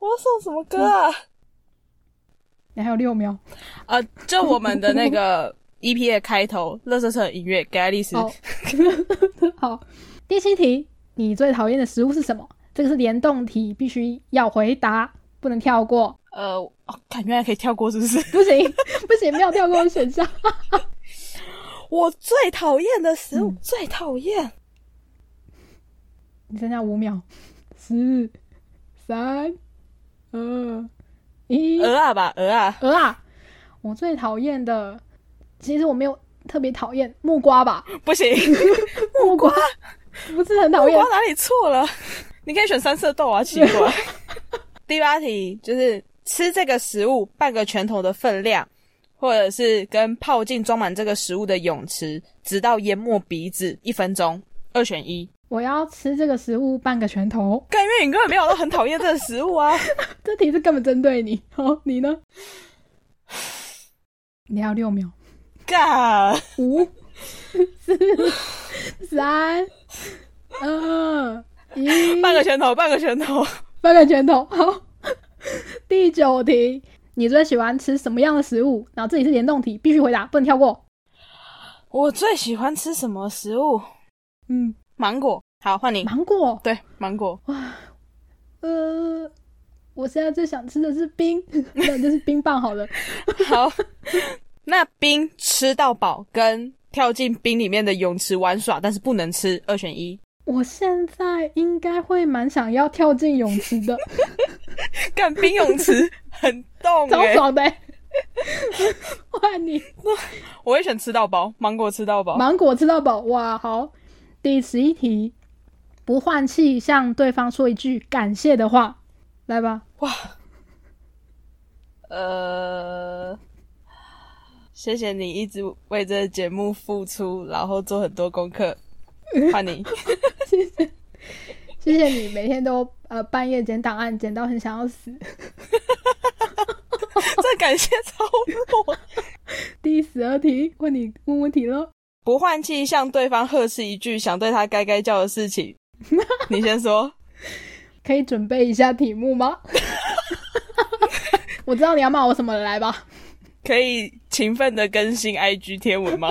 我要送什么歌啊？你还有六秒呃，就我们的那个 EP 的开头，乐色车音乐给爱丽丝。哦。 好，第七题，你最讨厌的食物是什么？这个是联动题，必须要回答，不能跳过。呃，哦，感觉还可以跳过，是不是？ 不行不行，没有跳过的选项。我最讨厌的食物，嗯最讨厌。你剩下五秒，四、三、二、一。鹅啊吧，鹅啊。鹅啊，我最讨厌的，其实我没有特别讨厌木瓜吧，不 行，木瓜不是很讨我厌。哪里错了？ 你可以选三色豆啊，奇 怪。第八题就是吃这个食物半个拳头的分量，或者是跟泡进装满这个食物的泳池，直到淹没鼻子一分钟，二选一。我要吃这个食物半个拳头，甘愿你根本没有都很讨厌这个食物 啊！这题是根本针对你。好，你呢？你还有六秒， God！五、四、三、二、一，半个拳头，半个拳头。翻个拳头。 好，第九题，你最喜欢吃什么样的食物？然后这里是联动题，必须回答，不能跳过。我最喜欢吃什么食物？嗯，芒果。好，换你。芒果。对，芒果。呃，我现在最想吃的是冰， 那就是冰棒好了。 好，那冰吃到饱跟跳进冰里面的泳池玩耍，但是不能吃，二选一。我现在应该会蛮想要跳进泳池的，干冰泳池很冻 超哎、爽的、欸。换你，我会选吃到饱，芒果吃到饱。芒果吃到饱，哇，好。第十一题，不换气向对方说一句感谢的话，来吧。哇，呃，谢谢你一直为这个节目付出，然后做很多功课。换 你，谢谢你每天都呃半夜捡档案，捡到很想要死。 这感谢超弱。第十二题，问你问问题了。不换气向对方呵斥一句想对他该该叫的事情。你先说，可以准备一下题目吗？ 我知道你要骂我什么了，来吧。可以勤奋的更新 IG 贴文吗？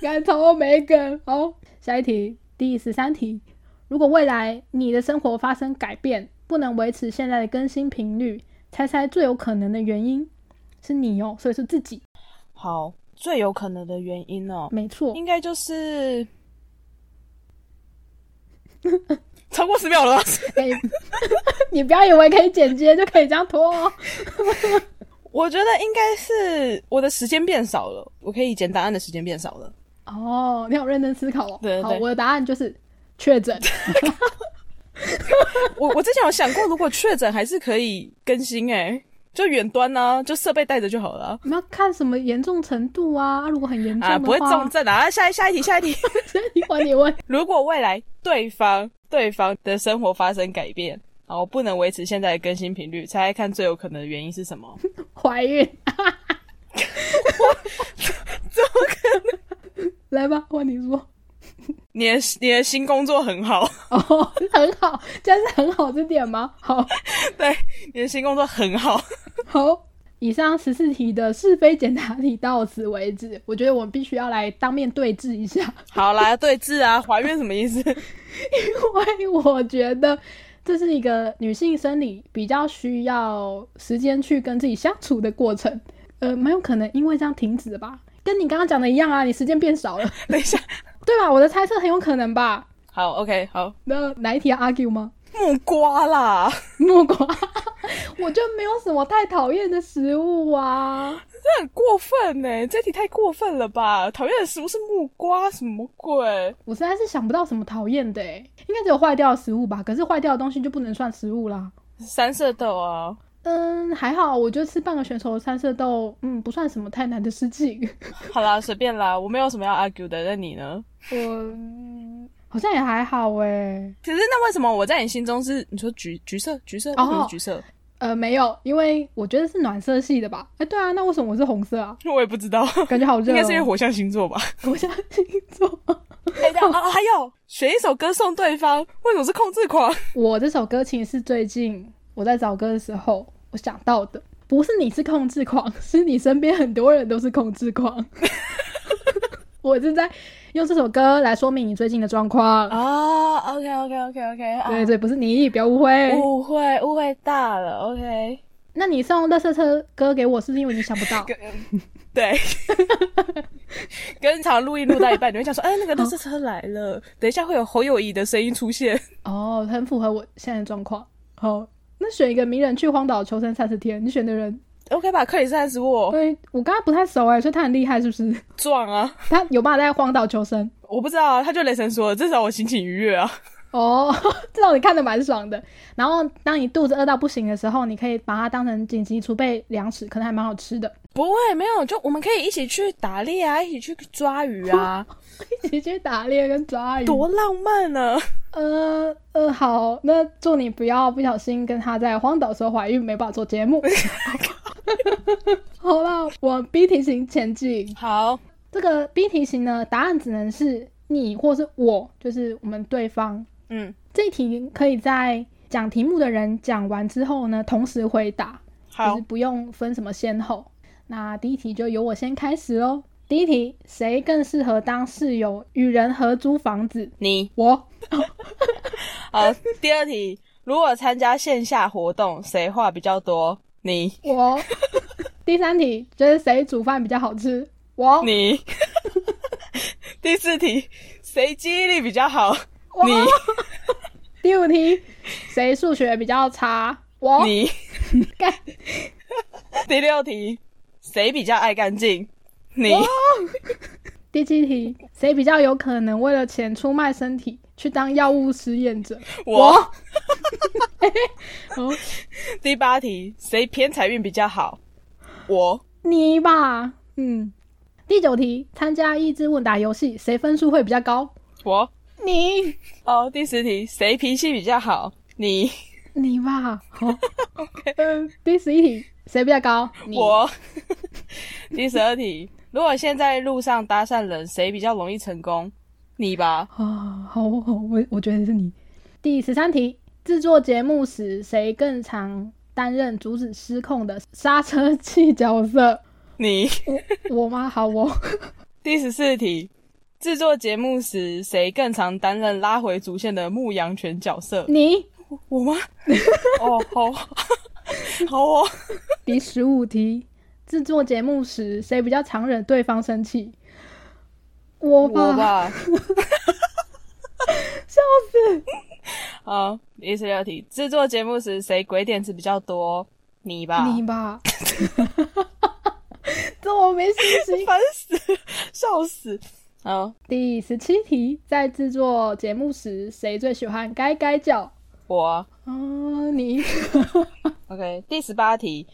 刚才超没梗。好，下一题，第十三题。如果未来你的生活发生改变，不能维持现在的更新频率，猜猜最有可能的原因是你哦，所以是自己。好，最有可能的原因哦，没错，应该就是 超过十秒了。可以。 你不要以为可以剪接就可以这样拖哦。 我觉得应该是我的时间变少了，我可以剪答案的时间变少了。哦，你好认真思考哦。对对好，对我的答案就是确诊。 我我之前有想过，如果确诊还是可以更新诶、就远端啊，就设备带着就好了啊我们要看什么严重程度啊？啊如果很严重的话，啊，不会重症啊。啊下一下一题，下一题。 你问你问，如果未来对方对方的生活发生改变，然后不能维持现在的更新频率，猜猜看最有可能的原因是什么？怀孕？ 怎么可能？来吧，换你说。你的你的新工作很好， 哦，很好，这样是很好这点吗？好对，你的新工作很好。好，以上十四题的是非简答题到此为止。我觉得我们必须要来当面对质一下，好啦，对峙啊，怀孕什么意思？因为 我觉得这是一个女性生理比较需要时间去跟自己相处的过程。呃，蛮有可能因为这样停止的吧，跟你刚刚讲的一样啊，你时间变少了， 等一下，对吧？我的猜测很有可能吧。好，OK，好，那哪一题要 argue 吗？ 木瓜啦，木瓜， 我就没有什么太讨厌的食物啊。这很过分呢、这题太过分了吧？讨厌的食物是木瓜，什么鬼？我实在是想不到什么讨厌的诶，应该只有坏掉的食物吧？可是坏掉的东西就不能算食物啦。三色豆啊，嗯，还好，我觉得吃半个全熟的三色豆，嗯，不算什么太难的事情。好啦，随便啦，我没有什么要 argue 的，那你呢？我嗯好像也还好诶。可是那为什么我在你心中是你说橘橘色橘色？为什么是橘色？呃，没有，因为我觉得是暖色系的吧。哎、对啊，那为什么我是红色 啊？我也不知道，感觉好热、应哦。该是因为火象星座吧。 我相信做。哎、对啊，还有 选一首歌送对方，为什么是控制狂？我这首歌其实是最近我在找歌的时候我想到的，不是你是控制狂， 是你身边很多人都是控制狂。 我是在用这首歌来说明你最近的状况。啊，OK OK OK OK，啊对对，不是你，不要误会。误会误会大了，OK，那你送垃圾车歌给我，是不是因为你想不到？跟对， 跟常录音录到一半，你会想说，哎，那个垃圾车来了，等一下会有侯友谊的声音出现。哦，很符合我现在的状况。好，那选一个名人去荒岛求生三十天，你选的人， OK 吧，克里斯汉斯因沃为我跟他不太熟哎，所以他很厉害，是不是？撞啊，他有办法在荒岛求生？我不知道啊，他就雷神说，至少我心情愉悦啊。哦，至少你看的蛮爽的。然后，当你肚子饿到不行的时候，你可以把它当成紧急储备粮食，可能还蛮好吃的。 不会，没有，就我们可以一起去打猎啊，一起去抓鱼啊，一起去打猎跟抓鱼。多浪漫啊呢、呃呃，好，那祝你不要不小心跟他在荒岛的时候怀孕，没办法做节目。好啦，往 B 题型前进。好，这个 B 题型呢，答案只能是你或是我，就是我们对方。嗯，这一题可以在讲题目的人讲完之后呢，同时回答，就好是，不用分什么先后。那第一题就由我先开始喽。第一题，谁更适合当室友与人合租房子？你我。好。第二题，如果参加线下活动，谁话比较多？你 我。第三题，觉得谁煮饭比较好吃？我。你。 第四题，谁记忆力比较好？我你第五题，谁数学比较差？我。你。干第六题，谁比较爱干净？你。第七题，谁比较有可能为了钱出卖身体去当药物实验 者？我。哦，第八题，谁偏财运比较好？我。你吧，嗯。第九题，参加益智问答游戏，谁分数会比较高？我。你，哦，第十题，谁脾气比较好？你。你吧。好、 嗯，第十一题，谁比较高？你。哦我。 第十二题，如果现在路上搭讪人，谁比较容易成功？你吧。啊，好好，我我觉得是你。第十三题，制作节目时谁更常担任阻止失控的刹车器角色？你。我我吗？好，我 第十四题，制作节目时，谁更常担任拉回主线的牧羊犬角色？ 你。我 吗？哦，好， 好哦。第十五题，制作节目时谁比较常惹对方生气？我吧，我吧， 笑死！好，第十六题，制作节目时谁鬼点子比较多？你吧，你吧， 这我没信 心。烦死，笑死。好，第十七题，在制作节目时谁最喜欢该该叫？我啊， 你。 OK。第十八题，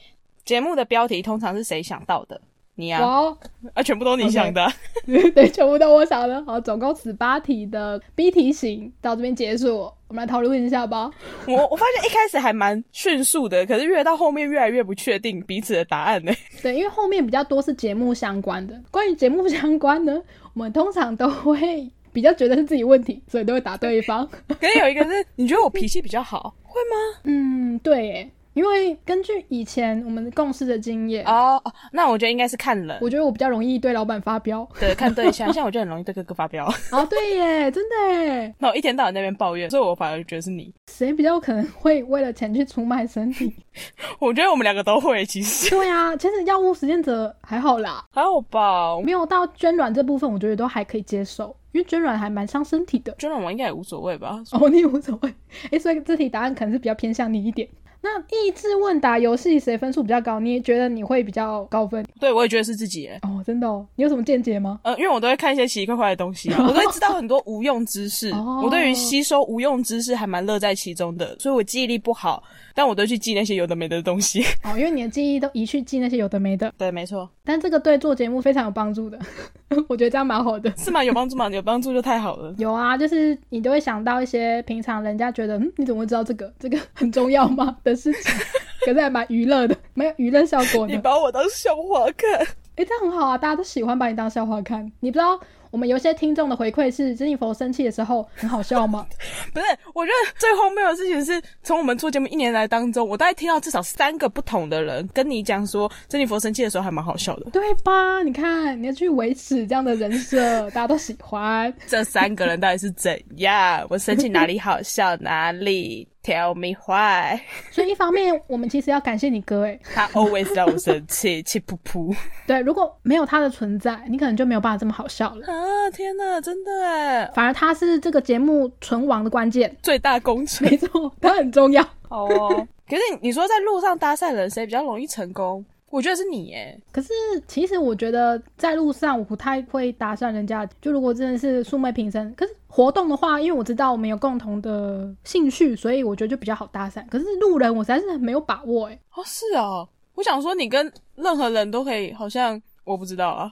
节目的标题通常是谁想到的？你啊，我哦啊，全部都你想的啊。 对，全部都我想的。好，总共十八题的 B 题型到这边结束，我们来讨论一下吧。我我发现一开始还蛮迅速的，可是越到后面越来越不确定彼此的答案呢。 对，因为后面比较多是节目相关的。关于节目相关呢，我们通常都会比较觉得是自己问题，所以都会打对方。 可是有一个是，你觉得我脾气比较好，会吗？嗯，对耶，因为根据以前我们共事的经验，哦，哦那我觉得应该是看人，我觉得我比较容易对老板发飙。对，看对象。像我就很容易对哥哥发飙， 哦，对耶，真的耶，那我一天到晚在那边抱怨，所以我反而觉得是你。谁比较可能会为了钱去出卖身体？ 我觉得我们两个都会，其实 对啊，其实药物实践者还好啦，还好吧。没有到捐卵这部分，我觉得都还可以接受，因为捐卵还蛮伤身体的。捐了我应该也无所谓吧？ 哦，你也无所谓。诶，所以这题答案可能是比较偏向你一点。那益智问答游戏谁分数比较高？你也觉得你会比较高分对，我也觉得是自己耶。哦？真的哦？你有什么见解吗？呃，因为我都会看一些奇奇怪怪的东西啊，我都会知道很多无用知识。哦我对于吸收无用知识还蛮乐在其中的，所以我记忆力不好，但我都去记那些有的没的东西。哦，因为你的记忆都移去记那些有的没的， 对，没错，但这个对做节目非常有帮助的， 我觉得这样蛮好的。是吗？有帮助吗？有帮助就太好了。有啊，就是你都会想到一些平常人家觉得，嗯，你怎么会知道这个？这个很重要吗？的事情， 可是还蛮娱乐的，蛮有娱乐效果的你。把我当笑话看。诶，这样很好啊，大家都喜欢把你当笑话看。你不知道我们有些听众的回馈是，珍妮佛生气的时候很好笑吗？ 不是，我觉得最荒谬的事情是，从我们做节目一年来当中，我大概听到至少三个不同的人跟你讲说，珍妮佛生气的时候还蛮好笑的。对吧？你看，你要去维持这样的人设，大家都喜欢。这三个人到底是怎样？我生气哪里好笑哪里？Tell me why？所以一方面，我们其实要感谢你哥，诶，他 always 让我生气， 气噗噗对，如果没有他的存在，你可能就没有办法这么好笑了。啊！天哪，真的哎，反而他是这个节目存亡的关键，最大功臣。没错，他很重要。好哦， 可是你说在路上搭讪人谁比较容易成功？我觉得是你哎，可是，其实我觉得在路上我不太会搭讪人家。就如果真的是素昧平生，可是活动的话，因为我知道我们有共同的兴趣，所以我觉得就比较好搭讪。可是路人，我实在是很没有把握哎。哦是哦，我想说你跟任何人都可以，好像我不知道啊。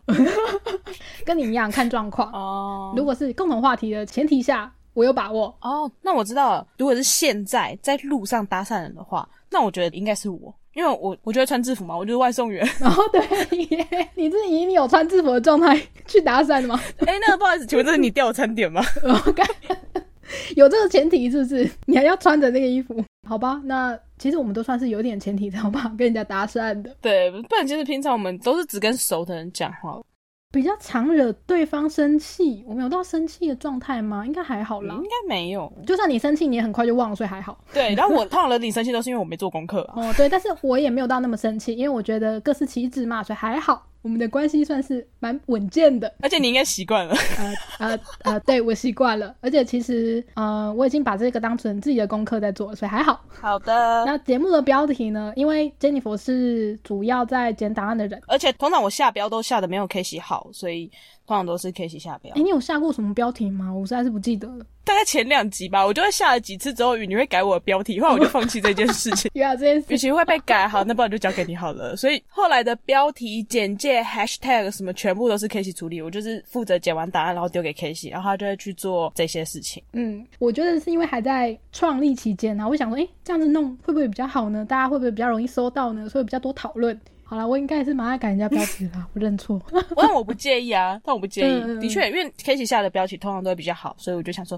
跟你一样，看状况。 哦如果是共同话题的前提下，我有把握。 哦，那我知道了。如果是现在在路上搭讪人的话，那我觉得应该是我，因为我我就会穿制服嘛，我就是外送员。 然后对耶，你是以你有穿制服的状态去打伞的吗？哎、那个不好意思，请问这是你掉的餐点吗？我看 有这个前提是不是？你还要穿着那个衣服，好吧？那其实我们都算是有点前提的，好不好？跟人家搭讪的， 对，不然其实平常我们都是只跟熟的人讲话。比较常惹对方生气。我们有到生气的状态吗？应该还好我啦应。该没有。就算你生气，你也很快就忘了，所以还好。对，然后我通常惹你生气都是因为我没做功课啊。哦，对，但是我也没有到那么生气，因为我觉得各司其职嘛，所以还好。我们的关系算是蛮稳健的，而且你应该习惯了。呃呃呃，对我习惯了，而且其实呃我已经把这个当成自己的功课在做了，所以还 好。好的。那节目的标题呢？因为 Jennifer 是主要在剪档案的人。而且通常我下标都下的没有 K 喜好，所以通常都是 K 喜下标哎、。你有下过什么标题吗？我实在是不记得了。。大概前两集吧，我就会下了几次之后，你会改我的标题，后来我就放弃这件事情 原来这件与事，其会被改，好，那不然就交给你好了。所以后来的标题、简介、hashtag 什么，全部都是 K 喜处理，我就是负责剪完档案，然后丢给 K 喜，然后他就会去做这些事情。嗯，我觉得是因为还在创立期间啊，我想说，哎、这样子弄会不会比较好呢？大家会不会比较容易收到呢？所以比较多讨论。好了，我应该也是蛮爱改人家标题的啦，我认错。我但我不介意啊，但我不介嗯嗯嗯意。的确，因为 K 喜下的标题通常都会比较好，所以我就想说，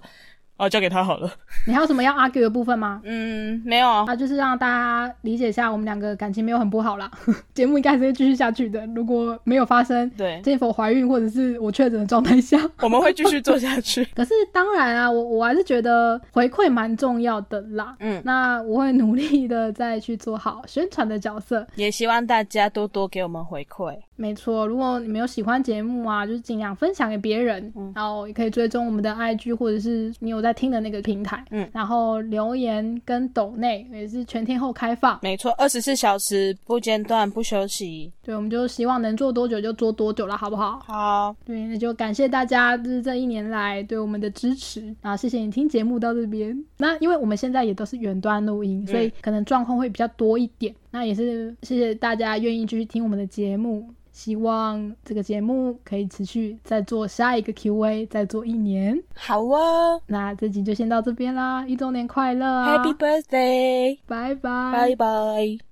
哦，交给他好了。 你还有什么要 argue 的部分吗？嗯，没有啊，啊，就是让大家理解一下，我们两个感情没有很不好啦。 节目应该还是会继续下去的，如果没有发生 对， Jennifer 怀孕或者是我确诊的状态下。我们会继续做下去。可是当然啊，我我还是觉得回馈蛮重要的啦。 嗯，那我会努力的再去做好宣传的角色。也希望大家多多给我们回馈。没错，如果你们有喜欢节目啊，就是尽量分享给别人，然后也可以追踪我们的 IG 或者是你有在听的那个平台，嗯，然后留言跟抖内也是全天候开放。没错，二十四小时不间断不休息。对，我们就希望能做多久就做多久了，好不好？好，对，那就感谢大家，就是这一年来对我们的支持啊！谢谢你听节目到这边。那因为我们现在也都是远端录音，所以可能状况会比较多一点。那也是谢谢大家愿意继续听我们的节目，希望这个节目可以持续再做下一个 Q&A，再做一年。好哦那这集就先到这边啦，一周年快乐啊、 ，Happy Birthday，拜拜，拜拜。